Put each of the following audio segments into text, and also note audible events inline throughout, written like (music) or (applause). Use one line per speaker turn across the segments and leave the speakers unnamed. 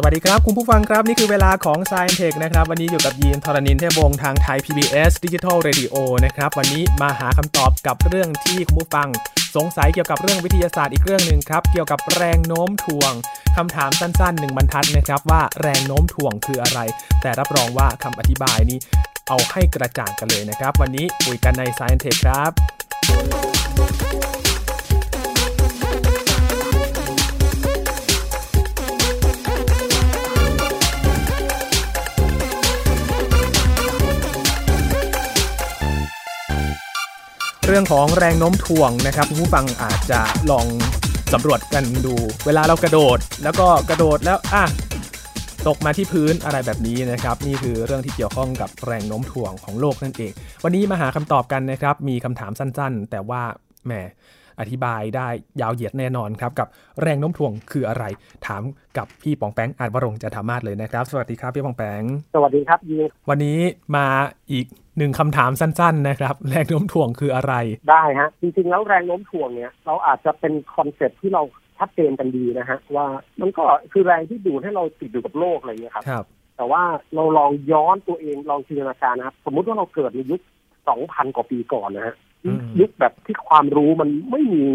สวัสดีครับ คุณผู้ฟังครับ นี่คือเวลาของ s c i e n t e c h นะครับ วันนี้อยู่กับยีนทรณินเทพวงศ์ทางไทย PBS Digital Radio นะครับ วันนี้มาหาคำตอบกับเรื่องที่คุณผู้ฟัง สงสัยเกี่ยวกับเรื่องวิทยาศาสตร์อีกเรื่องหนึ่งครับ เกี่ยวกับแรงโน้มถ่วงคำถามสั้นๆหนึ่งบรรทัดนะครับว่าแรงโน้มถ่วงคืออะไร แต่รับรองว่าคำอธิบายนี้เอาให้กระจ่างกันเลยนะครับ วันนี้คุยกันใน s c i e n t e c h ครับ เรื่องของแรงโน้มถ่วงนะครับคุณผู้ฟังอาจจะลองสำรวจกันดู เวลาเรากระโดด แล้วก็กระโดดแล้วอ่ะตกมาที่พื้นอะไรแบบนี้นะครับ นี่คือเรื่องที่เกี่ยวข้องกับแรงโน้มถ่วงของโลกนั่นเอง วันนี้มาหาคำตอบกันนะครับ มีคำถามสั้นๆ แต่ว่าแหมอธิบายได้ยาวเหยียดแน่นอนครับกับแรงโน้มถ่วงคืออะไร ถามกับพี่ปองแปงอาจวรงค์จะธรรมาศเลยนะครับ สวัสดีครับพี่ปองแปง
สวัสดีครับยีน
วันนี้มาอีกหนึ่งคำถามสั้น ๆ นะครับ แรงโน้มถ่วงคืออะไร
ได้ฮะจริงๆแล้วแรงโน้มถ่วงเนี่ยเราอาจจะเป็นคอนเซ็ปต์ที่เราชัดเจนกันดีนะฮะว่ามันก็คือแรงที่ดูดให้เราติดอยู่กับโลกอะไรอย่างเงี้ยครับ
ครับ
แต่ว่าเราลองย้อนตัวเองลองจินตนาการนะครับ สมมุติว่าเราเกิดในยุค 2,000 กว่าปีก่อนนะฮะยุคแบบที่ความรู้มันไม่มี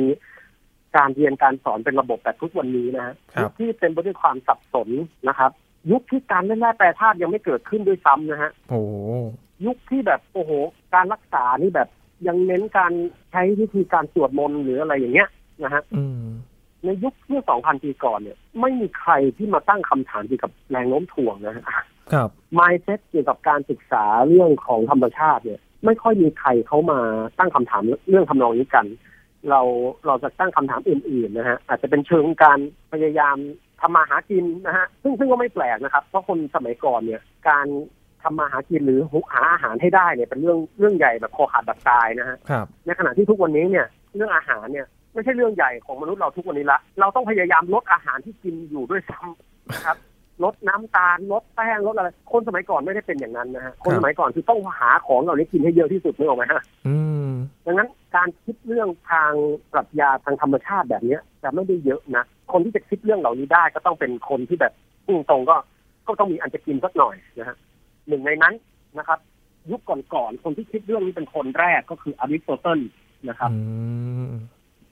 การเรียนการสอนเป็นระบบแบบทุกวันนี้นะฮะ
ครับ
ยุคที่เต็มไปด้วยความสับสนนะครับ ยุคที่การเล่นแร่แปรธาตุยังไม่เกิดขึ้นด้วยซ้ำนะฮะ
โอ้โห
ยุคที่แบบโอ้โห การรักษานี่แบบยังเน้นการใช้วิธีการสวดมนต์หรืออะไรอย่างเงี้ยนะฮะ
อืม
ในยุคเมื่อ 2,000 ปีก่อนเนี่ย ไม่มีใครที่มาตั้งคำถามเกี่ยวกับแรงโน้มถ่วงนะฮะ
ครับ
mindset เกี่ยวกับการศึกษาเรื่องของธรรมชาติเนี่ย ไม่ค่อยมีใครเขามาตั้งคำถามเรื่องทำนองนี้กัน เราเราจะตั้งคำถามอื่นๆนะฮะอาจจะเป็นเชิงการพยายามทำมาหากินนะฮะซึ่งซึ่งก็ไม่แปลกนะครับ เพราะคนสมัยก่อนเนี่ย การทำมาหากินหรือหุหาอาหารให้ได้เนี่ยเป็นเรื่องเรื่องใหญ่แบบคอขาดแบบตายนะฮะ
ครับ
ในขณะที่ทุกวันนี้เนี่ยเรื่องอาหารเนี่ยไม่ใช่เรื่องใหญ่ของมนุษย์เราทุกวันนี้ละ เราต้องพยายามลดอาหารที่กินอยู่ด้วยซ้ำ นะครับลดน้ำตาลลดแป้งลดอะไร คนสมัยก่อนไม่ได้เป็นอย่างนั้นนะฮะคน
ครับ
สมัยก่อนคือต้องหาของเหล่านี้กินให้เยอะที่สุดนึกออกไหมฮะ
อืม
ดังนั้นการคิดเรื่องทางปรัชญาทางธรรมชาติแบบเนี้ยจะไม่ได้เยอะนะคนที่จะคิดเรื่องเหล่านี้ได้ก็ต้องเป็นคนที่แบบพุ่งตรงๆก็ก็ต้องมีอันจะกินสักหน่อยนะฮะหนึ่งในนั้นนะครับ ยุคก่อนๆคนที่คิดเรื่องนี้เป็นคนแรกก็คืออริสโตเติลนะครับ
อืม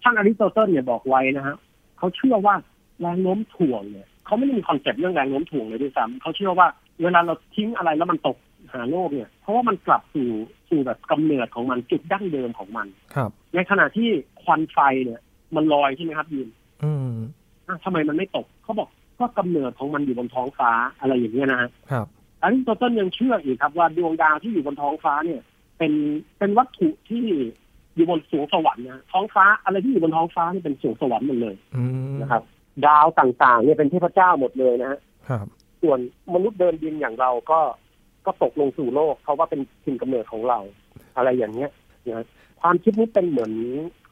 ท่านอริสโตเติลเนี่ยบอกไว้นะฮะเขาเชื่อว่าแรงโน้มถ่วงเนี่ยเขาไม่ได้มีคอนเซปต์เรื่องแรงโน้มถ่วงเลยด้วยซ้ำเขาเชื่อว่าเวลาเราทิ้งอะไรแล้วมันตกหาโลกเนี่ย เพราะว่ามันกลับสู่สู่แบบกำเนิดของมันจุดดั้งเดิมของมัน
ครับ
ในขณะที่ควันไฟเนี่ย มันลอยใช่ไหมครับยิน
อืม
อ่ะทำไมมันไม่ตกเขาบอกก็กำเนิดของมันอยู่บนท้องฟ้าอะไรอย่างเงี้ยนะฮะ
ครับ
อริสโตเติลยังเชื่ออีกครับว่าดวงดาวที่อยู่บนท้องฟ้าเนี่ย เป็นเป็นวัตถุที่อยู่บนสวงสวรรค์นะท้องฟ้าอะไรที่อยู่บนท้องฟ้านี่เป็นสวงสวรรค์หมดเลย
อืม
นะครับ ดาวต่างๆเนี่ยเป็นเทพเจ้าหมดเลยนะฮะ
ครับ
ส่วนมนุษย์เดินดินอย่างเราก็ก็ตกลงสู่โลก เพราะว่าเป็นถิ่นกำเนิดของเรา อะไรอย่างเงี้ยนะความคิดนี้เป็นเหมือน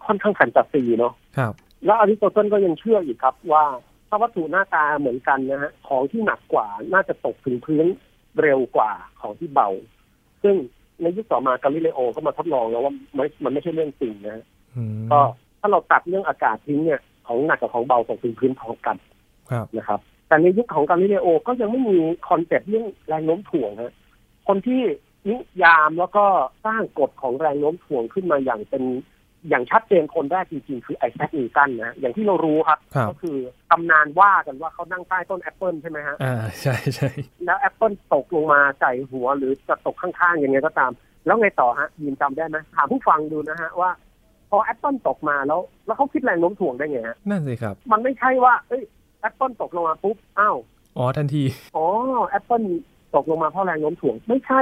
ค่อนข้างแฟนตาซีเนาะ
ครับ
แล้วอริสโตเติลก็ยังเชื่ออีกครับว่าถ้าวัตถุหน้าตาเหมือนกันนะฮะของที่หนักกว่าน่าจะตกถึงพื้นเร็วกว่าของที่เบา ซึ่งในยุคต่อมากาลิเลโอก็มาทดลองแล้วว่ามันมันไม่ใช่เรื่องจริงนะฮะ
อืม
ก็ถ้าเราตัดเรื่องอากาศทิ้งเนี่ยของหนักกับของเบาตกถึงพื้นพร้อมกัน
ครับ
นะครับ แต่ในยุคของกาลิเลโอก็ยังไม่มีคอนเซ็ปต์เรื่องแรงโน้มถ่วงฮะคนที่นิยามแล้วก็สร้างกฎของแรงโน้มถ่วงขึ้นมาอย่างเป็นอย่างชัดเจนคนแรกจริงๆคือไอแซคนิวตันนะฮะอย่างที่เรารู้ครับ
ครับ
ก็คือตำนานว่ากันว่าเขานั่งใต้ต้นแอปเปิลใช่ไหมฮะ
อ่า ใช่ใช่
แล้วแอปเปิลตกลงมาใส่หัวหรือจะตกข้างๆยังไงก็ตาม แล้วไงต่อฮะยินจำได้ไหมถามผู้ฟังดูนะฮะว่า พอแอปเปิลตกมาแล้ว แล้วเขาคิดแรงโน้มถ่วงได้ไงฮะ
นั่นสิครับ
มันไม่ใช่ว่าเอ้ยแอปเปิลตกลงมาปุ๊บอ้าว
อ๋อ ทันที
อ๋อแอปเปิลตกลงมาเพราะแรงโน้มถ่วงไม่ใช่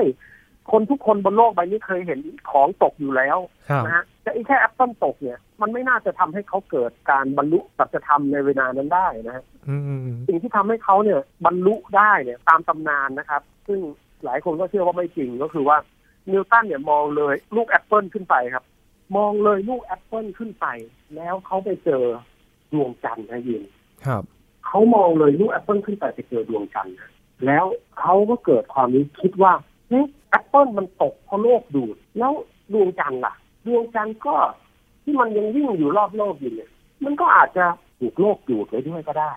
คนทุกคนบนโลกใบนี้เคยเห็นของตกอยู่แล้ว
ครับ
นะฮะแต่ไอ้แค่แอปเปิลตกเนี่ยมันไม่น่าจะทำให้เขาเกิดการบรรลุสัจธรรมในเวลานั้นได้นะฮะ
อืม
สิ่งที่ทำให้เขาเนี่ยบรรลุได้เนี่ยตามตำนานนะครับ ซึ่งหลายคนก็เชื่อว่าไม่จริงก็คือว่านิวตันเนี่ยมองเลยลูกแอปเปิลขึ้นไปครับ มองเลยลูกแอปเปิลขึ้นไป แล้วเขาไปเจอดวงจันทร์นะยิน
ครับ
เขามองเลยลูกแอปเปิลขึ้นไปไปเจอดวงจันทร์นะแล้วเขาก็เกิดความรู้คิดว่าเฮ้ยแอปเปิลมันตกเพราะโลกดูด แล้วดวงจันทร์ล่ะ ดวงจันทร์ก็ที่มันยังวิ่งอยู่รอบโลกอยู่เนี่ยมันก็อาจจะถูกโลกดูดไปด้วยก็ได้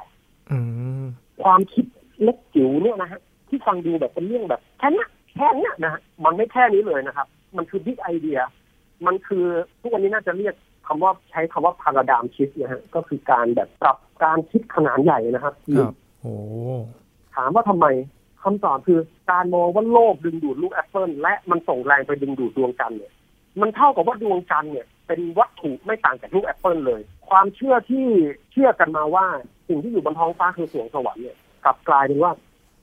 อืม
ความคิด เล็กจิ๋วเนี่ยนะฮะที่ฟังดูแบบเป็นเรื่องแบบแค่นี้แค่นี้นะฮะมันไม่แค่นี้เลยนะครับ มันคือบิ๊กไอเดีย มันคือทุกวันนี้น่าจะเรียกคำว่าใช้คำว่าพาราดามชิฟนะฮะก็คือการแบบปรับการคิดขนาดใหญ่นะครับ
ครับโอ้
ถามว่าทำไมคำตอบคือการมองว่าโลกดึงดูดลูกแอปเปิลและมันส่งแรงไปดึงดูดดวงจันทร์เนี่ยมันเท่ากับว่าดวงจันทร์เนี่ย เป็นวัตถุไม่ต่างจากลูกแอปเปิลเลย ความเชื่อที่เชื่อกันมาว่า สิ่งที่อยู่บนท้องฟ้าคือสวงสวรรค์เนี่ยกลับกลายเป็นว่า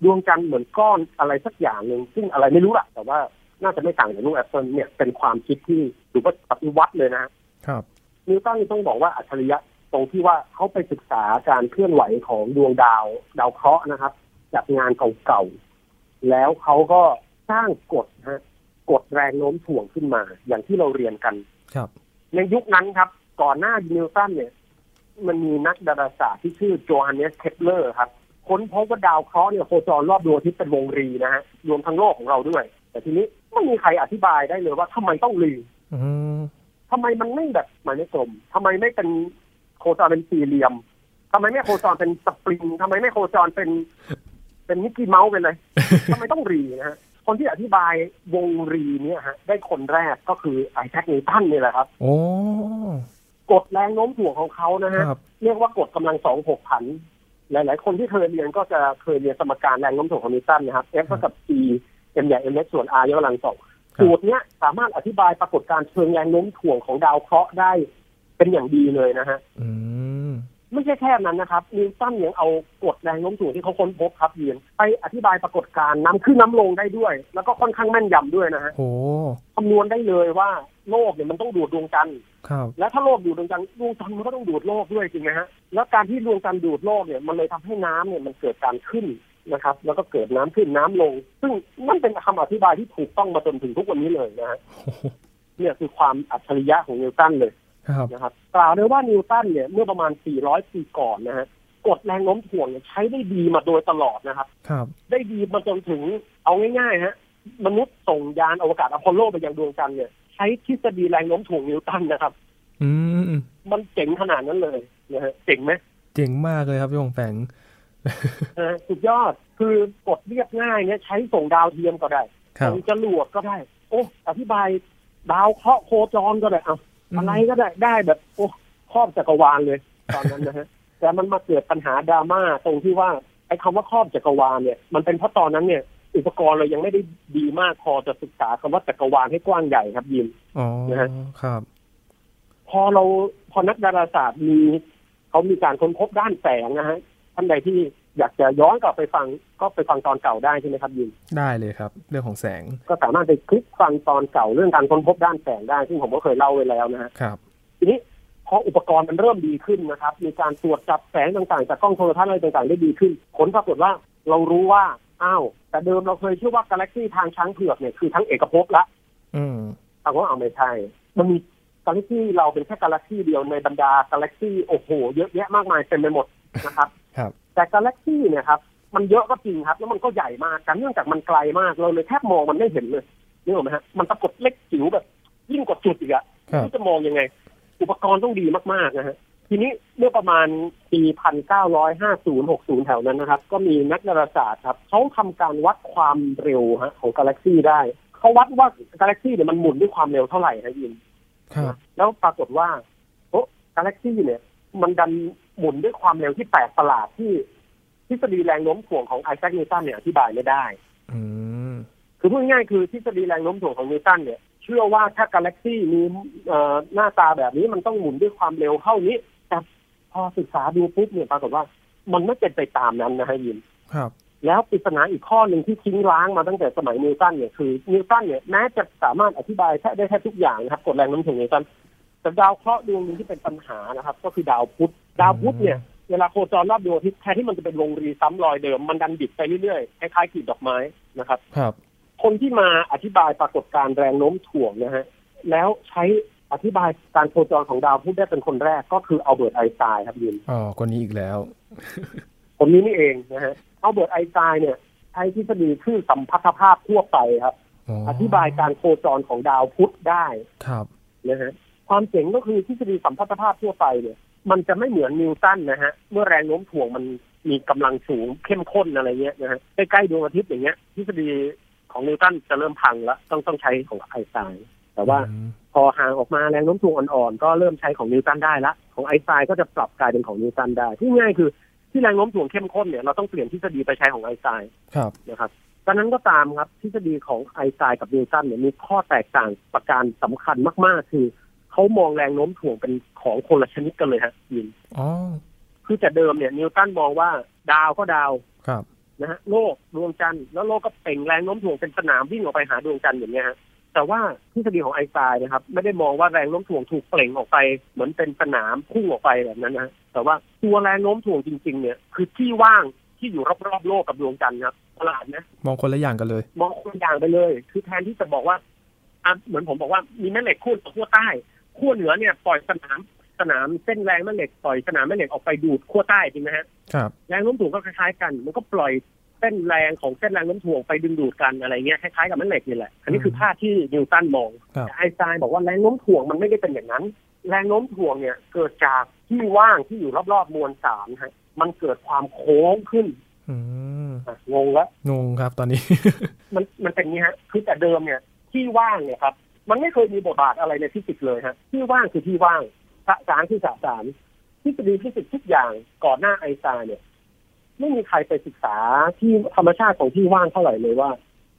ดวงจันทร์เหมือนก้อนอะไรสักอย่างหนึ่งซึ่งอะไรไม่รู้ละแต่ว่าน่าจะไม่ต่างจากลูกแอปเปิลเนี่ยเป็นความคิดที่ถือว่าปฏิวัติเลยนะฮะ
ครับ
นิวตันนี่ต้องบอกว่าอัจฉริยะตรงที่ว่าเขาไปศึกษาการเคลื่อนไหวของดวงดาว ดาวเคราะห์นะครับ จากงานเก่าๆแล้วเขาก็สร้างกฎนะฮะกฎแรงโน้มถ่วงขึ้นมา อย่างที่เราเรียนกัน
ครับ
ในยุคนั้นครับ ก่อนหน้านิวตันเนี่ย มันมีนักดาราศาสตร์ที่ชื่อโจฮันเนสเคปเลอร์ครับ ค้นพบว่าดาวเคราะห์เนี่ยโคจรรอบดวงอาทิตย์เป็นวงรีนะฮะรวมทั้งโลกของเราด้วย แต่ทีนี้ไม่มีใครอธิบายได้เลยว่าทำไมต้องรี
อืม
ทำไมมันไม่แบบหมายเลขกลมทำไมไม่เป็นโคจรเป็นสี่เหลี่ยมทำไมไม่โคจรเป็นสปริงทำไมไม่โคจรเป็น เป็นมิกกี้เมาส์ไปเลย ทำไมต้องรีนะฮะ คนที่อธิบายวงรีเนี่ยฮะ ได้คนแรกก็คือไอแซคนิวตันนี่แหละครับ
โอ้
กฎแรงโน้มถ่วงของเขานะฮะ
ครับ
เรียกว่ากฎกำลังสองหกพัน หลาย ๆ คนที่เคยเรียนก็จะเคยเรียนสมการแรงโน้มถ่วงของนิวตันนะครับ F เท่ากับ G M ใหญ่ M เล็กส่วน R ยกกำลังสอง
ครับ
สูตรเนี้ยสามารถอธิบายปรากฏการณ์เชิงแรงโน้มถ่วงของดาวเคราะห์ได้เป็นอย่างดีเลยนะฮะ
อืม
ไม่ใช่แค่นั้นนะครับนิวตันยังเอากฎแรงโน้มถ่วงที่เขาค้นพบครับเรียนไปอธิบายปรากฏการณ์น้ำขึ้นน้ำลงได้ด้วย แล้วก็ค่อนข้างแม่นยำด้วยนะฮะ
โห
คำนวณได้เลยว่าโลกเนี่ยมันต้องดูดดวงจันทร์
ครับ
แล้วถ้าโลกดูดดวงจันทร์ดวงจันทร์มันก็ต้องดูดโลกด้วยจริงไหมฮะแล้วการที่ดวงจันทร์ดูดโลกเนี่ยมันเลยทำให้น้ำเนี่ยมันเกิดการขึ้นนะครับ แล้วก็เกิดน้ำขึ้นน้ำลง ซึ่งนั่นเป็นคำอธิบายที่ถูกต้องมาจนถึงทุกวันนี้เลยนะฮะเนี่ยคือความอัจฉริยะของนิวตันเลย
ครับ
นะครับกล่าวได้ว่านิวตันเนี่ยเมื่อประมาณ 400 ปีก่อนนะฮะกฎแรงโน้มถ่วงเนี่ยใช้ได้ดีมาโดยตลอดนะครับ
ครับ
ได้ดีมาจนถึงเอาง่ายๆฮะมนุษย์ส่งยานอวกาศอพอลโลไปยังดวงจันทร์เนี่ยใช้ทฤษฎีแรงโน้มถ่วงนิวตันนะครับ
อืม
มันเจ๋งขนาดนั้นเลยนะฮะเจ๋งไหม
เจ๋งมากเลยครับพี่วงแฝง
นะฮะสุดยอดคือกดเรียบง่ายเนี่ยใช้ส่งดาวเทียมก็ได้
ครับ
ส่งจรวดก็ได้ โอ้อธิบายดาวเคราะห์โคจรก็ได้เอาอะไรก็ได้ได้แบบโอ้ครอบจักรวาลเลย ตอนนั้น (laughs) นะฮะ แต่มันมาเกิดปัญหาดราม่าตรงที่ว่าไอ้คำว่าครอบจักรวาลเนี่ยมันเป็นเพราะตอนนั้นเนี่ย อุปกรณ์เรายังไม่ได้ดีมากพอจะศึกษาคำว่าจักรวาลให้กว้างใหญ่ครับยิม
อ๋อ
นะฮะ
ครับ
พอเราพอนักดาราศาสตร์มีเขามีการค้นพบด้านแสงนะฮะท่านใดที่อยากจะย้อนกลับไปฟังก็ไปฟังตอนเก่าได้ใช่ไหมครับยิน
ได้เลยครับ เรื่องของแสง
ก็สามารถไปคลิกฟังตอนเก่าเรื่องการค้นพบด้านแสงได้ ซึ่งผมก็เคยเล่าไว้แล้วนะฮะ
ครับ
ทีนี้พออุปกรณ์มันเริ่มดีขึ้นนะครับ มีการตรวจจับแสงต่างๆ จากกล้องโทรทัศน์อะไรต่างๆ ได้ดีขึ้น ผลปรากฏว่าเรารู้ว่าอ้าวแต่เดิมเราเคยเชื่อว่ากาแล็กซีทางช้างเผือกเนี่ยคือทั้งเอกภพละ
อืม
ปรากฏว่าเอาไม่ใช่ มันมีกาแล็กซี่เราเป็นแค่กาแล็กซี่เดียวในบรรดากาแล็กซี่โอ้โห เยอะแยะมากมายเต็มไปหมดนะครับ
ครับ
แต่กาแล็กซี่เนี่ยครับ มันเยอะก็จริงครับ แล้วมันก็ใหญ่มากกันเนื่องจากมันไกลมากเราเลยแทบมองมันไม่เห็นเลยนึกออกไหมฮะมันปรากฏเล็กจิ๋วแบบ ยิ่งกว่าจุดอีกอะ
ครับ
ไม่รู้จะมองยังไง อุปกรณ์ต้องดีมากๆนะฮะทีนี้เมื่อประมาณปี1950 60 แถวนั้นนะครับ ก็มีนักดาราศาสตร์ครับเขาทำการวัดความเร็วฮะของกาแล็กซี่ได้เขาวัดว่ากาแล็กซี่เนี่ยมันหมุนด้วยความเร็วเท่าไหร่ฮะยิน
ครับ
แล้วปรากฏว่าโอ้กาแล็กซี่เนี่ย มันดันหมุนด้วยความเร็วที่แปลกประหลาดที่ทฤษฎีแรงโน้มถ่วงของไอแซคนิวตันเนี่ยอธิบายไม่ได้
อืม
คือพูดง่ายๆคือทฤษฎีแรงโน้มถ่วงของนิวตันเนี่ย เชื่อว่าถ้ากาแล็กซี่มีเอ่อหน้าตาแบบนี้มันต้องหมุนด้วยความเร็วเท่านี้ แต่พอศึกษาดูปุ๊บเนี่ยปรากฏว่ามันไม่เป็นไปตามนั้นนะฮะยิน
ครับ
แล้วปริศนาอีกข้อหนึ่งที่ทิ้งร้างมาตั้งแต่สมัยนิวตันเนี่ยคือนิวตันเนี่ยแม้จะสามารถอธิบายแทบได้แทบทุกอย่างนะครับกฎแรงโน้มถ่วงนิวตันแต่ดาวเคราะห์ดวงหนึงที่เป็นปัญหานะครับ ก็คือดาวพุธดาวพุธเนี่ยเวลาโคจรรอบดวงอาทิตย์แทนที่มันจะเป็นวงรีซ้ำรอยเดิมมันดันบิดไปเรื่อยๆคล้ายๆกลีบดอกไม้นะครับ
ครับ
คนที่มาอธิบายปรากฏการณ์แรงโน้มถ่วงนะฮะแล้วใช้อธิบายการโคจรของดาวพุธได้เป็นคนแรกก็คืออัลเบิร์ตไอน์สไตน์ครับยิน
อ๋อ คนนี้อีกแล้ว
คนนี้นี่เองนะฮะเอาเบิร์ตไอน์สไตน์เนี่ยใช้ทฤษฎีชื่อสัมพัทธภาพทั่วไปครับ อธิบายการโคจรของดาวพุธได้
ครับ
นะฮะความเจ๋งก็คือทฤษฎีสัมพัทธภาพทั่วไปเนี่ย มันจะไม่เหมือนนิวตันนะฮะ เมื่อแรงโน้มถ่วงมัน มีกำลังสูงเข้มข้นอะไรเงี้ยนะฮะใกล้ๆดวงอาทิตย์อย่างเงี้ยทฤษฎีของนิวตันจะเริ่มพังแล้วต้องต้องใช้ของไอน์สไตน์แต่ว่า
อืม
พอห่างออกมาแรงโน้มถ่วงอ่อนๆ ก็เริ่มใช้ของนิวตันได้ละ ของไอน์สไตน์ก็จะปรับกลายเป็นของนิวตันได้ที่ง่ายคือที่แรงโน้มถ่วงเข้มข้นเนี่ยเราต้องเปลี่ยนทฤษฎีไปใช้ของไอน์สไตน์
ครับ
นะครับดังนั้นก็ตามครับทฤษฎีของไอน์สไตน์กับนิวตันเนี่ยมีข้อแตกต่างประการสำคัญมากๆ คือเขามองแรงโน้มถ่วงเป็นของคนละชนิดกันเลยฮะยิน
อ๋อ
คือแต่เดิมเนี่ยนิวตันมองว่าดาวก็ดาว
ครับ
นะฮะโลกดวงจันทร์แล้วโลกก็เปล่งแรงโน้มถ่วงเป็นสนามวิ่งออกไปหาดวงจันทร์อย่างเงี้ยฮะ แต่ว่าทฤษฎีของไอน์สไตน์นะครับ ไม่ได้มองว่าแรงโน้มถ่วงถูกเปล่งออกไปเหมือนเป็นสนามพุ่งออกไปแบบนั้นนะฮะแต่ว่าตัวแรงโน้มถ่วงจริง ๆ เนี่ยคือที่ว่างที่อยู่รอบๆโลกกับดวงจันทร์ครับประหลาดนะ
มองคนละอย่างกันเลย
มองคนละอย่างไปเลย คือแทนที่จะบอกว่าอ่ะเหมือนผมบอกว่ามีแม่เหล็กขั้วเหนือขั้วใต้ขั้วเหนือเนี่ยปล่อยสนามสนามเส้นแรงแม่เหล็กปล่อยสนามแม่เหล็กออกไปดูดขั้วใต้จริงไหมฮะ
ครับ
แรงโน้มถ่วงก็คล้ายๆกัน มันก็ปล่อยเส้นแรงของเส้นแรงโน้มถ่วงไปดึงดูดกันอะไรเงี้ยคล้ายๆกับแม่เหล็กนี่แหละ อันนี้คือภาพที่นิวตันมอง
ครับ
แต่ไอน์สไตน์บอกว่าแรงโน้มถ่วงมันไม่ได้เป็นอย่างนั้น แรงโน้มถ่วงเนี่ยเกิดจากที่ว่างที่อยู่รอบๆมวลสารฮะ มันเกิดความโค้งขึ้น
อืม
อ่ะงงแล้ว
งงครับตอนนี้ (laughs)
มันมันเป็นอย่างนี้ฮะ คือแต่เดิมเนี่ย ที่ว่างเนี่ยครับ มันไม่เคยมีบทบาทอะไรในฟิสิกส์เลยฮะ ที่ว่างคือที่ว่างสสารคือสสารทฤษฎีฟิสิกส์ทุกอย่างก่อนหน้าไอน์สไตน์เนี่ย ไม่มีใครไปศึกษาที่ธรรมชาติของที่ว่างเท่าไหร่เลยว่า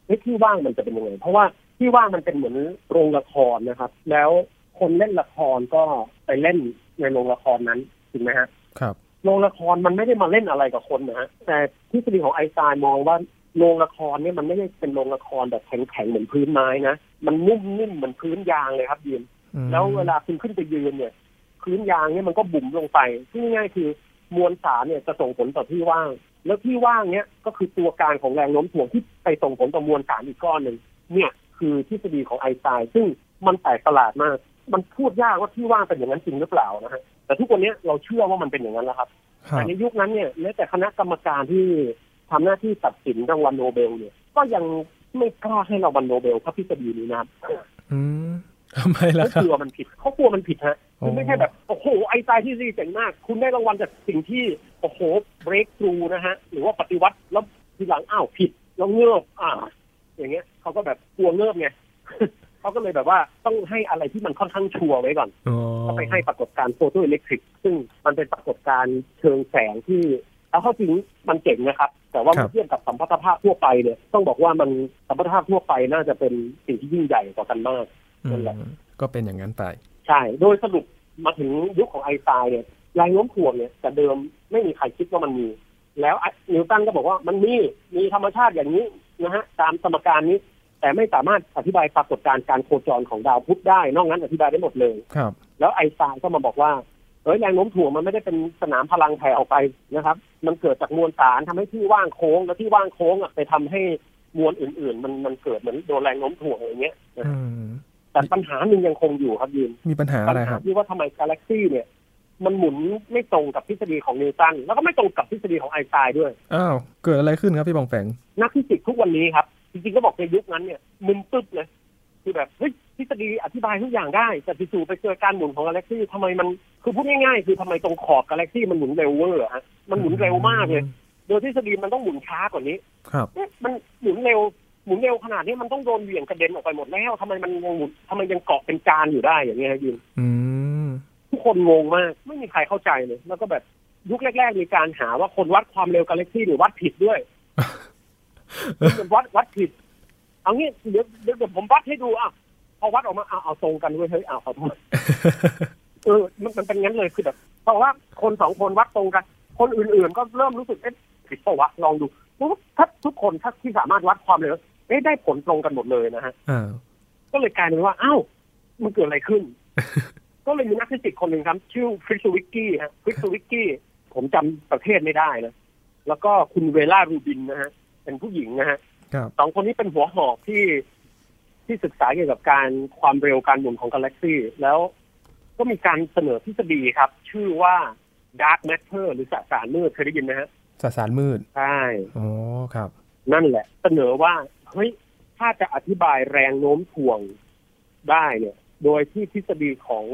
เฮ้ยที่ว่างมันจะเป็นยังไง เพราะว่าที่ว่างมันเป็นเหมือนโรงละครนะครับ แล้วคนเล่นละครก็ไปเล่นในโรงละครนั้นจริงไหมฮะ
ครับ
โรงละครมันไม่ได้มาเล่นอะไรกับคนนะฮะ แต่ทฤษฎีของไอน์สไตน์มองว่าโรงละครเนี่ยมันไม่ได้เป็นโรงละครแบบแข็งๆเหมือนพื้นไม้นะ มันนุ่มๆเหมือนพื้นยางเลยครับยีน
อืม
แล้วเวลาคุณขึ้นไปยืนเนี่ย พื้นยางเนี่ยมันก็บุ๋มลงไปที่ง่ายๆคือมวลสารเนี่ยจะส่งผลต่อที่ว่าง แล้วที่ว่างเนี่ยก็คือตัวการของแรงโน้มถ่วงที่ไปส่งผลต่อมวลสารอีกก้อนหนึ่งเนี่ยคือทฤษฎีของไอน์สไตน์ซึ่งมันแปลกประหลาดมาก มันพูดยากว่าที่ว่างเป็นอย่างนั้นจริงหรือเปล่านะฮะแต่ทุกวันเนี้ยเราเชื่อว่ามันเป็นอย่างนั้นแล้วครับ
ครับ
แต่ในยุคนั้นเนี่ยแม้แต่คณะกรรมการที่ทำหน้าที่ตัดสินรางวัลโนเบลเนี่ย ก็ยังไม่กล้าให้รางวัลโนเบลเพราะทฤษฎีนี้นะครับ
อืมทำไมล่ะค
เขา
รับ
กลัวมันผิดเขากลัวมันผิดฮะ
อ๋อ
คือไม่ใช่แบบโอ้โหไอน์สไตน์ที่ดีเจ๋งมาก คุณได้รางวัลจากสิ่งที่โอ้โห break through นะฮะ หรือว่าปฏิวัติแล้วทีหลังอ้าวผิดแล้วเงือบอ่า อย่างเงี้ยเขาก็แบบกลัวเงือบไง (laughs) เขาก็เลยแบบว่าต้องให้อะไรที่มันค่อนข้างชัวร์ไว้ก่อน
อ๋อ
ก็ไปให้ปรากฏการณ์โฟโตอิเล็กทริก ซึ่งมันเป็นปรากฏการณ์เชิงแสงที่เอาเข้าจริงมันเจ๋งนะครับ แต่ว่าเมื่อเทียบกับสัมพัทธภาพทั่วไปเนี่ยต้องบอกว่ามันสัมพัทธภาพทั่วไปน่าจะเป็นสิ่งที่ยิ่งใหญ่กว่ากันมาก
อืมก็เป็นอย่างนั้นไป
ใช่ โดยสรุปมาถึงยุคของไอน์สไตน์เนี่ยแรงโน้มถ่วงเนี่ยแต่เดิมไม่มีใครคิดว่ามันมี แล้วอ่ะนิวตันก็บอกว่ามันมีมีธรรมชาติอย่างนี้นะฮะตามสมการนี้ แต่ไม่สามารถอธิบายปรากฏการณ์การโคจรของดาวพุธได้นอกนั้นอธิบายได้หมดเลย
ครับ
แล้วไอน์สไตน์ก็มาบอกว่าเอ้ยแรงโน้มถ่วงมันไม่ได้เป็นสนามพลังแผ่ออกไปนะครับ มันเกิดจากมวลสารทำให้ที่ว่างโค้ง แล้วที่ว่างโค้งอ่ะไปทำให้มวลอื่น ๆ มันมันเกิดเหมือนโดนแรงโน้มถ่วงอย่างเงี้ย
อืม
แต่ปัญหาหนึ่งยังคงอยู่ครับยิน
มีปัญหา
ปั
อะไร
ญหา
ครับ
ที่ว่าทำไมกาแล็กซี่เนี่ย มันหมุนไม่ตรงกับทฤษฎีของนิวตันแล้วก็ไม่ตรงกับทฤษฎีของไอน์สไตน์ด้วย
อ้าว เกิดอะไรขึ้นครับพี่บองแฝง
นักฟิสิกส์ทุกวันนี้ครับ จริงๆก็บอกในยุคนั้นเนี่ยมึนตึ๊บเลยคือแบบเฮ้ยทฤษฎีอธิบายทุกอย่างได้ แต่จู่ๆไปเจอการหมุนของกาแล็กซี่ทำไมมันคือพูดง่ายๆ คือทำไมตรงขอบกาแล็กซี่มันหมุนเร็วเวอร์อะฮะมันหมุนเร็วมากเลย โดยทฤษฎีมันต้องหมุนช้ากว่านี้
ครับ
เอ๊ะมันหมุนเร็วหมุนเร็วขนาดนี้มันต้องโดนเหวี่ยงกระเด็นออกไปหมดแล้วทำไมมันยังหมุนทำไมยังเกาะเป็นจานอยู่ได้อย่างเงี้ยฮะยิน
อืม (laughs)
ทุกคนงงมาก ไม่มีใครเข้าใจเลย แล้วก็แบบยุคแรกๆ มีการหาว่าคนวัดความเร็วกาแล็กซี่หรือวัดผิดด้วย (laughs) วัดวัดผิด เอางี้เดี๋ยวเดี๋ยวเดี๋ยวผมวัดให้ดูอ่ะพอวัดออกมาเอาเอาตรงกันเว้ยเฮ้ยเอาวขอโทษเออมันมันเป็นงั้นเลยคือแบบเพราะว่าคนสองคนวัดตรงกัน คนอื่นๆ ก็เริ่มรู้สึกเอ๊ะผิดเปล่าวะลองดูปุ๊บถ้าทุกคนถ้าที่สามารถวัดความเร็วเอ๊ะได้ผลตรงกันหมดเลยนะฮะ
อ้าว
ก็เลยกลายเป็นว่า อ้าว มันเกิดอะไรขึ้น ก็เลยมีนักฟิสิกส์คนหนึ่งครับ ชื่อฟริสวิกกี้ฮะฟริสวิกกี้ ผมจำประเทศไม่ได้นะ แล้วก็คุณเวล่ารูบินนะฮะ เป็นผู้หญิงนะฮะ
ครับ
สองคนนี้เป็นหัวหอกที่ที่ศึกษาเกี่ยวกับการความเร็วการหมุนของกาแล็กซี่ แล้วก็มีการเสนอทฤษฎีครับ ชื่อว่า dark matter หรือสสารมืดเคยได้ยินไหมฮะ
สสารมืด
ใช่
อ๋อ ครับ
นั่นแหละ เสนอว่าเฮ้ยถ้าจะอธิบายแรงโน้มถ่วงได้เนี่ย โดยที่ทฤษฎีของ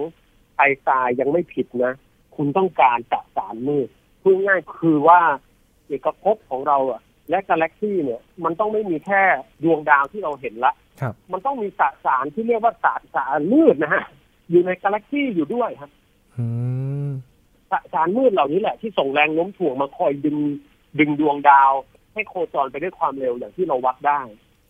ไอน์สไตน์ยังไม่ผิดนะ คุณต้องการจักสารมืดพูดง่ายๆคือว่า เอกภพของเราอะและกาแล็กซี่เนี่ย มันต้องไม่มีแค่ดวงดาวที่เราเห็นละ
ครับ
มันต้องมีสสารที่เรียกว่าสารสารมืดนะฮะอยู่ในกาแล็กซี่อยู่ด้วยครับ
อืม
สสารมืดเหล่านี้แหละที่ส่งแรงโน้มถ่วงมาคอยดึงดึงดวงดาว ให้โคจรไปด้วยความเร็วอย่างที่เราวัดได้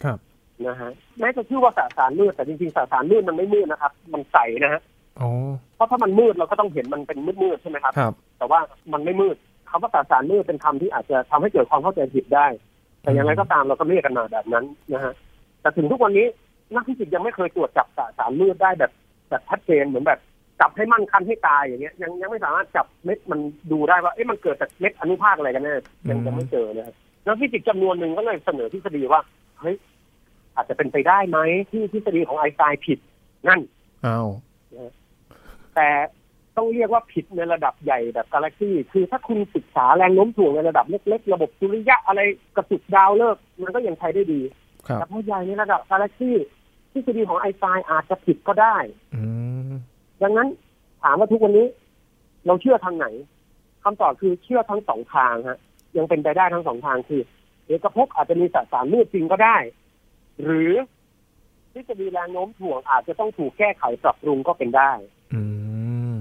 ครับ
นะฮะแม้จะชื่อว่าสสารมืดแต่จริงๆสสารมืดมันไม่มืดนะครับ มันใสนะฮะ
อ๋อ
เพราะถ้ามันมืดเราก็ต้องเห็นมันเป็นมืดๆใช่ไหมครับ
ครับ
แต่ว่ามันไม่มืดคำว่าสสารมืดเป็นคำที่อาจจะทำให้เกิดความเข้าใจผิดได้ แต่อย่างไรก็ตามเราก็เรียกกันมาแบบนั้นนะฮะแต่ถึงทุกวันนี้นักฟิสิกส์ยังไม่เคยตรวจจับสสารมืดได้แบบแบบชัดเจนเหมือนแบบจับให้มั่นคันให้ตายอย่างเงี้ยยังยังไม่สามารถจับเม็ดมันดูได้ว่าเอ๊ะมันเกิดจากเม็ดอนุภาคอะไรกันแน่ยังยังไม่เจอนะครับนักฟิสิกส์จำนวนหนึ่งก็เลยเสนอทฤษฎีว่าเฮ้ยอาจจะเป็นไปได้ไหมที่ทฤษฎีของไอน์สไตน์ผิดนั่น
อ้าว
แต่ต้องเรียกว่าผิดในระดับใหญ่แบบกาแล็กซี่ คือถ้าคุณศึกษาแรงโน้มถ่วงในระดับเล็ก ๆ ระบบสุริยะอะไรกระจุกดาวเลิกษ์มันก็ยังใช้ได้ดี
ครับ
แต่พอใหญ่ในระดับกาแล็กซี่ทฤษฎีของไอน์สไตน์อาจจะผิดก็ได้
อืม
ดังนั้นถามว่าทุกวันนี้ เราเชื่อทางไหนคำตอบคือเชื่อทั้งสองทางฮะ ยังเป็นไปได้ทั้งสองทางคือเอกภพอาจจะมีสสารมืดจริงก็ได้ หรือทฤษฎีแรงโน้มถ่วงอาจจะต้องถูกแก้ไขปรับปรุงก็เป็นได้
อืม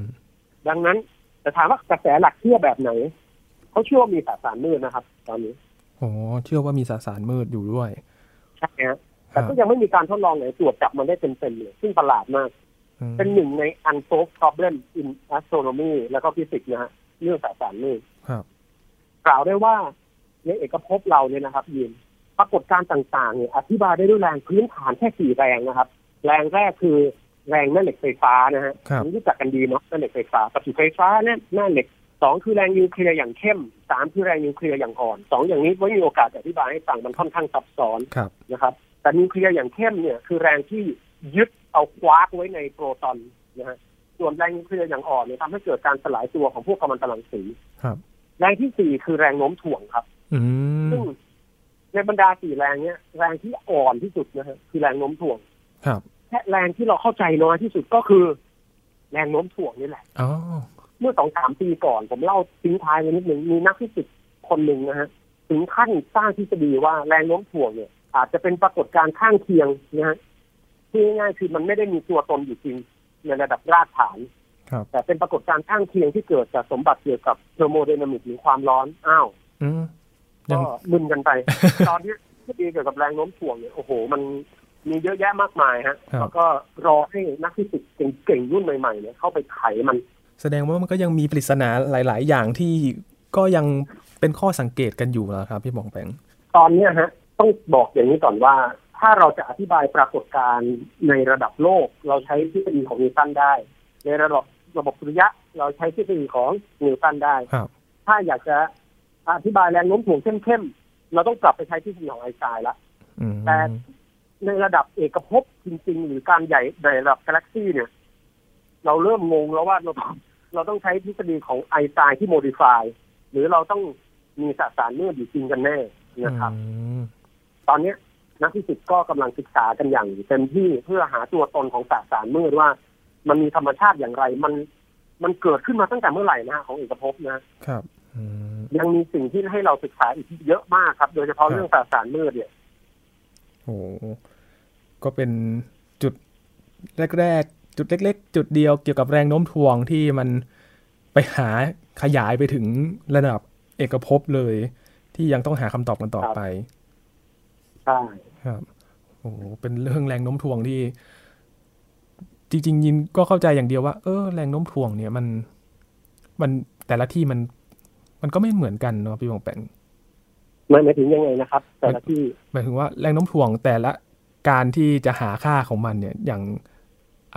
ดังนั้นแต่ถามว่ากระแสหลักเชื่อแบบไหนเขาเชื่อว่ามีสสารมืดนะครับ ตอนนี้
โอ้เชื่อว่ามีสสารมืดอยู่ด้วย
ใช่ฮะ
ครั
แต่
บ
ก็ยังไม่มีการทดลองไหนตรวจจับมันได้เต็มๆเลยซึ่งประหลาดมาก
อืม
เป็นหนึ่งใน unsolved problem in astronomy แล้วก็ฟิสิกส์นะฮะเรื่องสสารมืด
ครับ
กล่าวได้ว่าในเอกภพเราเนี่ยนะครับยินปรากฏการณ์ต่างๆเนี่ยอธิบายได้ด้วยแรงพื้นฐานแค่สี่แรงนะครับ แรงแรกคือแรงแม่เหล็กไฟฟ้านะฮะ
ครับ
อันนี้รู้จักกันดีเนาะแม่เหล็กไฟฟ้าประจุไฟฟ้าเนี่ยแม่เหล็ก สองคือแรงนิวเคลียร์อย่างเข้มสามคือแรงนิวเคลียร์อย่างอ่อนสองอย่างนี้ไว้มีโอกาสจะอธิบายให้ฟังมันค่อนข้างซับซ้อน
ครับ
นะครับแต่นิวเคลียร์อย่างเข้มเนี่ยคือแรงที่ยึดเอาควาร์กไว้ในโปรตอนนะฮะส่วนแรงนิวเคลียร์อย่างอ่อนเนี่ยทำให้เกิดการสลายตัวของพวกกัมมันตรังสี
ครับ
แรงที่สี่คือแรงโน้มถ่วงครับ
อืม
ซึ่งในบรรดาสี่แรงเนี่ยแรงที่อ่อนที่สุดนะฮะคือแรงโน้มถ่วง
ครับ
และแรงที่เราเข้าใจน้อยที่สุดก็คือ แรงโน้มถ่วงนี่แหละ
อ๋อ
เมื่อสองสามปีก่อน ผมเล่าทิ้งท้ายไว้นิดหนึ่งมีนักฟิสิกส์คนหนึ่งนะฮะถึงขั้นสร้างทฤษฎีว่าแรงโน้มถ่วงเนี่ย อาจจะเป็นปรากฏการณ์ข้างเคียงนะฮะที่ง่ายๆคือมันไม่ได้มีตัวตนอยู่จริงในระดับรากฐาน
ครับ
แต่เป็นปรากฏการณ์ข้างเคียงที่เกิดจากสมบัติเกี่ยวกับเทอร์โมไดนามิกหรือความร้อนอ้าว
อืมยั
ก็
ง
มึนกัน
(laughs)
ไป ตอนที่ทฤษฎีเกี่ยวกับแรงโน้มถ่วงเนี่ยโอ้โห มันมีเยอะแยะมากมายฮะ
ครับ
แล้วก็รอให้นักฟิสิกส์เก่งๆรุ่นใหม่ๆเนี่ยเข้าไปไขมัน
แสดงว่ามันก็ยังมีปริศนาหลาย ๆ อย่างที่ก็ยังเป็นข้อสังเกตกันอยู่แล้วครับพี่หมองแปง
ตอนเนี้ยฮะต้องบอกอย่างนี้ก่อนว่า ถ้าเราจะอธิบายปรากฏการณ์ในระดับโลก เราใช้ทฤษฎีของนิวตันได้ ในระดับระบบสุริยะ เราใช้ทฤษฎีของนิวตันได้
ครับ
ถ้าอยากจะอธิบายแรงโน้มถ่วงเข้มๆเราต้องกลับไปใช้ทฤษฎีของไอน์สไตน์ละ
อืม
แต่ ในระดับเอกภพจริงๆ หรือการใหญ่ในระดับกาแล็กซี่เนี่ย เราเริ่มงงแล้วว่า (laughs) เราต้องเราต้องใช้ทฤษฎีของไอน์สไตน์ที่โมดิฟายหรือเราต้องมีสสารเลือดอยู่จริงกันแน่นะครับ
อืม
ตอนเนี้ยนักฟิสิกส์ก็กำลังศึกษากันอย่างเต็มที่เพื่อหาตัวตนของสสารมืดว่า มันมีธรรมชาติอย่างไร มันมันเกิดขึ้นมาตั้งแต่เมื่อไหร่นะฮะของเอกภพนะครับ
อืม
ยังมีสิ่งที่ให้เราศึกษาอีกเยอะมากครับ โดยเฉพาะเรื่องสสารมืดเนี่ย
โอ้โหก็เป็นจุดแรกๆ จุดเล็ก ๆ จุดเดียวเกี่ยวกับแรงโน้มถ่วงที่มันไปหาขยายไปถึงระดับเอกภพเลย ที่ยังต้องหาคำตอบกันต่อ
ครับ
ไป
ใช่
ครับ โอ้โหเป็นเรื่องแรงโน้มถ่วงที่ จริงๆ ยินก็เข้าใจอย่างเดียวว่า เออ แรงโน้มถ่วงเนี่ยมัน มันแต่ละที่มัน มันก็ไม่เหมือนกันเนาะพี่บงแปง
ไม่หมายถึงยังไงนะครับ แต่ละที่
หมายถึงว่าแรงโน้มถ่วงแต่ละการที่จะหาค่าของมันเนี่ยอย่าง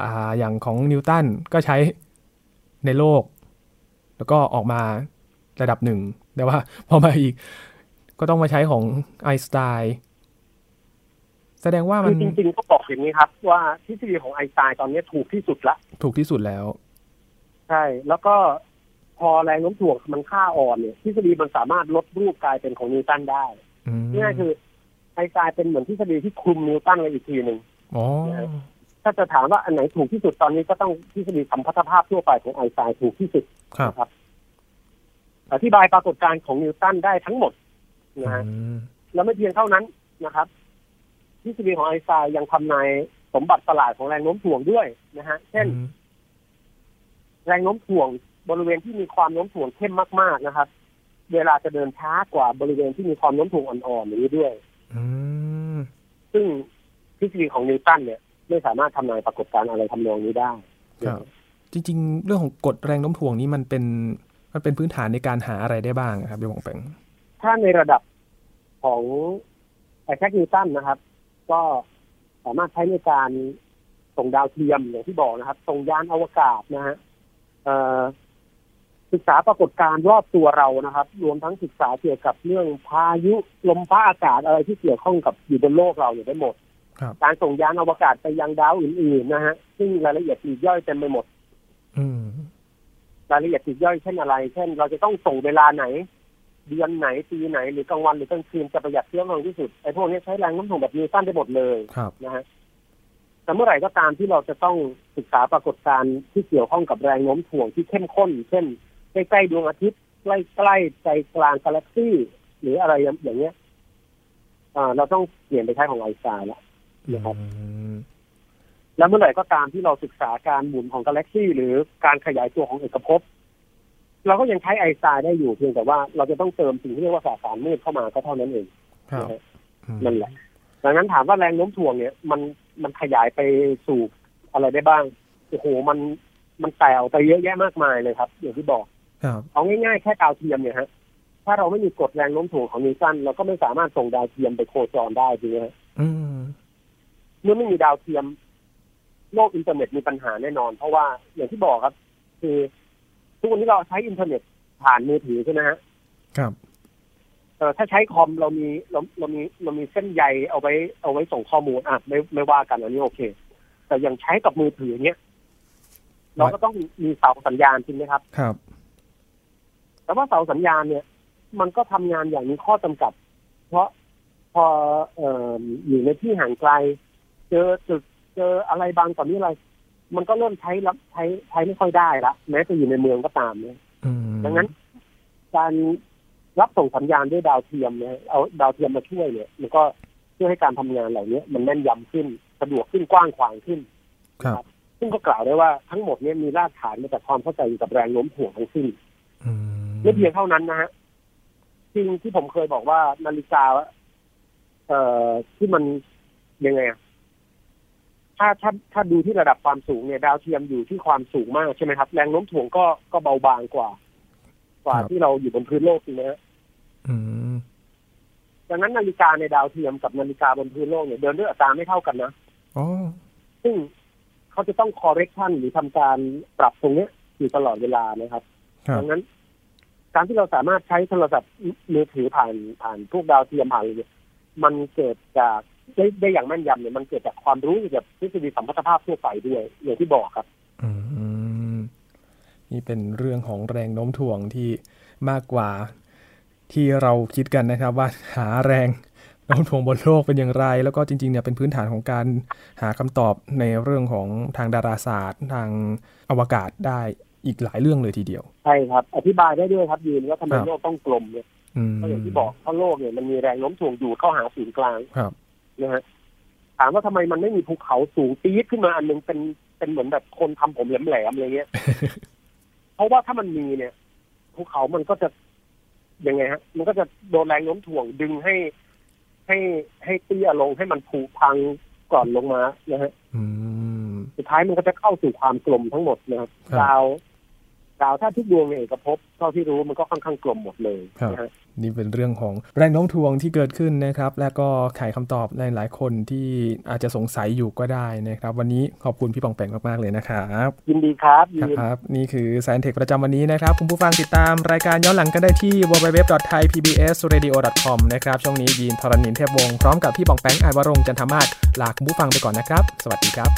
อ่าอย่างของนิวตันก็ใช้ในโลก แล้วก็ออกมาระดับหนึ่ง แต่ว่า พอมาอีกก็ต้องมาใช้ของไอน์สไตน์แสดงว่ามั
คื
น
อจริงๆก็บอกอย่างนี้ครับ ว่าทฤษฎีของไอน์สไตน์ตอนนี้ถูกที่สุดละ
ถูกที่สุดแล้ว
ใช่ แล้วก็พอแรงโน้มถ่วงมันค่าอ่อนเนี่ยทฤษฎีมันสามารถลดรูปกลายเป็นของนิวตันได้
อืม
นี่คือไอน์สไตน์เป็นเหมือนทฤษฎีที่คลุมนิวตันไว้อีกทีหนึ่ง
อ๋อ
ถ้าจะถามว่าอันไหนถูกที่สุดตอนนี้ก็ต้องทฤษฎีสัมพัทธภาพทั่วไปของไอน์สไตน์ถูกที่สุด
ครับ
นะครับ อธิบายปรากฏการณ์ของนิวตันได้ทั้งหมดนะฮะ
อืม
แล้วไม่เพียงเท่านั้นนะครับทฤษฎีของไอน์สไตน์ยังทำนายสมบัติประหลาดของแรงโน้มถ่วงด้วยนะฮะ เช่น
อืม
แรงโน้มถ่วงบริเวณที่มีความโน้มถ่วงเข้มมากๆนะครับ เวลาจะเดินช้ากว่าบริเวณที่มีความโน้มถ่วงอ่อนๆอย่างนี้ด้วย
อืม
ซึ่งทฤษฎีของนิวตันเนี่ย ไม่สามารถทำนายปรากฏการณ์อะไรทำนองนี้ได้
ครับจริง ๆ เรื่องของกฎแรงโน้มถ่วงนี้มันเป็นมันเป็นพื้นฐานในการหาอะไรได้บ้างครับพี่วงแปง
ถ้าในระดับของไอแซคนิวตันนะครับ ก็สามารถใช้ในการส่งดาวเทียมอย่างที่บอกนะครับ ส่งยานอวกาศนะฮะเอ่อศึกษาปรากฏการณ์รอบตัวเรานะครับ รวมทั้งศึกษาเกี่ยวกับเรื่องพายุลมฟ้าอากาศอะไรที่เกี่ยวข้องกับอยู่บนโลกเราเนี่ยได้หมด
ครับ
การส่งยานอวกาศไปยังดาวอื่นๆนะฮะซึ่งรายละเอียดปลีกย่อยเต็มไปหมด
อืม
รายละเอียดปลีกย่อยเช่นอะไร เช่น เราจะต้องส่งเวลาไหน เดือนไหนปีไหนหรือกลางวันหรือกลางคืนจะประหยัดเชื้อเพลิงที่สุดไอ้พวกนี้ใช้แรงโน้ำถ่วงแบบนิวตันได้หมดเลย
ครับ
นะฮะแต่เมื่อไหร่ก็ตามที่เราจะต้องศึกษาปรากฏการณ์ที่เกี่ยวข้องกับแรงโน้มถ่วงที่เข้มข้น เช่นใกล้ๆดวงอาทิตย์ใกล้ๆใจกลางกาแล็กซี่ หรืออะไรอย่างเงี้ยอ่าเราต้องเปลี่ยนไปใช้ของไอน์สไตน์ละ นะครับ
อืม
แล้วเมื่อไหร่ก็ตามที่เราศึกษาการหมุนของกาแล็กซีหรือการขยายตัวของเอกภพเราก็ยังใช้ไอน์สไตน์ได้อยู่เพียงแต่ว่าเราจะต้องเติมสิ่งที่เรียกว่าสสารมืดเข้ามาก็เท่านั้นเอง
ครับอืม
นั่นแหละ ดังนั้นถามว่าแรงโน้มถ่วงเนี่ย มันมันขยายไปสู่อะไรได้บ้างโอ้โหมันมันแตกออกไปเยอะแยะมากมายเลยครับ อย่างที่บอก
ครับ
เอาง่ายๆแค่ดาวเทียมเนี่ยฮะถ้าเราไม่มีกฎแรงโน้มถ่วงของนิวตันเราก็ไม่สามารถส่งดาวเทียมไปโคจรได้ทีนี้ฮะ
อืม
เมื่อไม่มีดาวเทียม โลกอินเทอร์เน็ตมีปัญหาแน่นอน เพราะว่าอย่างที่บอกครับ คือทุกวันนี้เราใช้อินเทอร์เน็ตผ่านมือถือใช่ไหมฮะ
ครับ
เอ่อถ้าใช้คอมเรามีเราเรามีเรามีเส้นใยเอาไว้เอาไว้ส่งข้อมูลอ่ะไม่ไม่ว่ากันอันนี้โอเค แต่อย่างใช้กับมือถือเนี้ยเราก็ต้องมีเสาสัญญาณจริงไหมครับ
ครับ
แต่ว่าเสาสัญญาณเนี่ย มันก็ทำงานอย่างมีข้อจำกัด เพราะพอเอออยู่ในที่ห่างไกล เจอจุดเจออะไรบางต่อนนี้อะไร มันก็เริ่มใช้รับใช้ใช้ไม่ค่อยได้ละแม้จะอยู่ในเมืองก็ตามเนี่ย
อืม
ดังนั้น การรับส่งสัญญาณด้วยดาวเทียมเนี่ยเอาดาวเทียมมาช่วยเนี่ยมันก็ช่วยให้การทำงานเหล่านี้มันแน่นยำขึ้นสะดวกขึ้นกว้างขวางขึ้น
ครับ
ซึ่งก็กล่าวได้ว่าทั้งหมดเนี่ยมีรากฐานมาจากความเข้าใจเกี่ยวกับแรงโน้มถ่วงทั้งสิ้น
อื
ไม่เพียงเท่านั้นนะฮะสิ่งที่ผมเคยบอกว่านาฬิกา เอ่อที่มันยังไงอะถ้าถ้าถ้าดูที่ระดับความสูงเนี่ย ดาวเทียมอยู่ที่ความสูงมากใช่ไหมครับ แรงโน้มถ่วงก็ก็เบาบางกว่า กว่าที่เราอยู่บนพื้นโลกจริงนะฮะ
อืม
ดังนั้นนาฬิกาในดาวเทียมกับนาฬิกาบนพื้นโลกเนี่ยเดินด้วยอัตราไม่เท่ากันนะ
อ๋อ
ซึ่งเขาจะต้อง correction หรือทำการปรับตรงเนี้ยอยู่ตลอดเวลานะครับ
ครับ
ดังนั้น การที่เราสามารถใช้โทรศัพท์มือถือผ่านผ่านพวกดาวเทียมผ่านอะไรเนี่ยมันเกิดจากได้ได้อย่างแม่นยำเนี่ยมันเกิดจากความรู้เกี่ยวกับทฤษฎีสัมพัทธภาพทั่วไปด้วยอย่างที่บอกครับ
อืมนี่เป็นเรื่องของแรงโน้มถ่วงที่มากกว่า ที่เราคิดกันนะครับ ว่าหาแรงโน้มถ่วงบนโลกเป็นอย่างไร แล้วก็จริงๆเนี่ยเป็นพื้นฐานของการหาคำตอบในเรื่องของทางดาราศาสตร์ ทางอวกาศได้อีกหลายเรื่องเลยทีเดียว
ใช่ครับ อธิบายได้ด้วยครับยืนว่าทำไม
ครับ
โลกต้องกลมเนี่ย
อืม
ก็อย่างที่บอกเพราะโลกเนี่ยมันมีแรงโน้มถ่วงอยู่เข้าหาศูนย์กลาง
ครับ
นะฮะถามว่าทำไมมันไม่มีภูเขาสูงปี๊ดขึ้นมาอันหนึงเป็นเป็นเหมือนแบบคนทำผมแหลมๆอะไร
(laughs)
เงี้ย เพราะว่าถ้ามันมีเนี่ยภูเขามันก็จะยังไงฮะ มันก็จะโดนแรงโน้มถ่วงดึงให้ ให้ให้เตี้ยลงให้มันผุพังก่อนลงมานะฮะ
อืม
สุดท้ายมันก็จะเข้าสู่ความกลมทั้งหมดนะครับ
ครับ
ดาวดาวถ้าทุกดวงในเอกภพเท่าที่รู้มันก็ค่อนข้างกลมหมดเลยนะฮะ
นี่เป็นเรื่องของแรงโน้มถ่วงที่เกิดขึ้นนะครับ และก็ไขคำตอบในหลายคนที่อาจจะสงสัยอยู่ก็ได้นะครับ วันนี้ขอบคุณพี่ปองแปงมากๆเลยนะครับ
ยินดีครับยิ
คน รับครับ นี่คือ s ซนเทคประจำวันนี้นะครับ คุณผู้ฟังติดตามรายการย้อนหลังกันได้ที่ www.thaipbsradio.com นะครับช่วงนี้ยีนทรณินเทพวงศ์พร้อมกับพี่ปองแปงอายวรงค์จันทมาศลาคุณผู้ฟังไปก่อนนะครับ สวัสดีครับ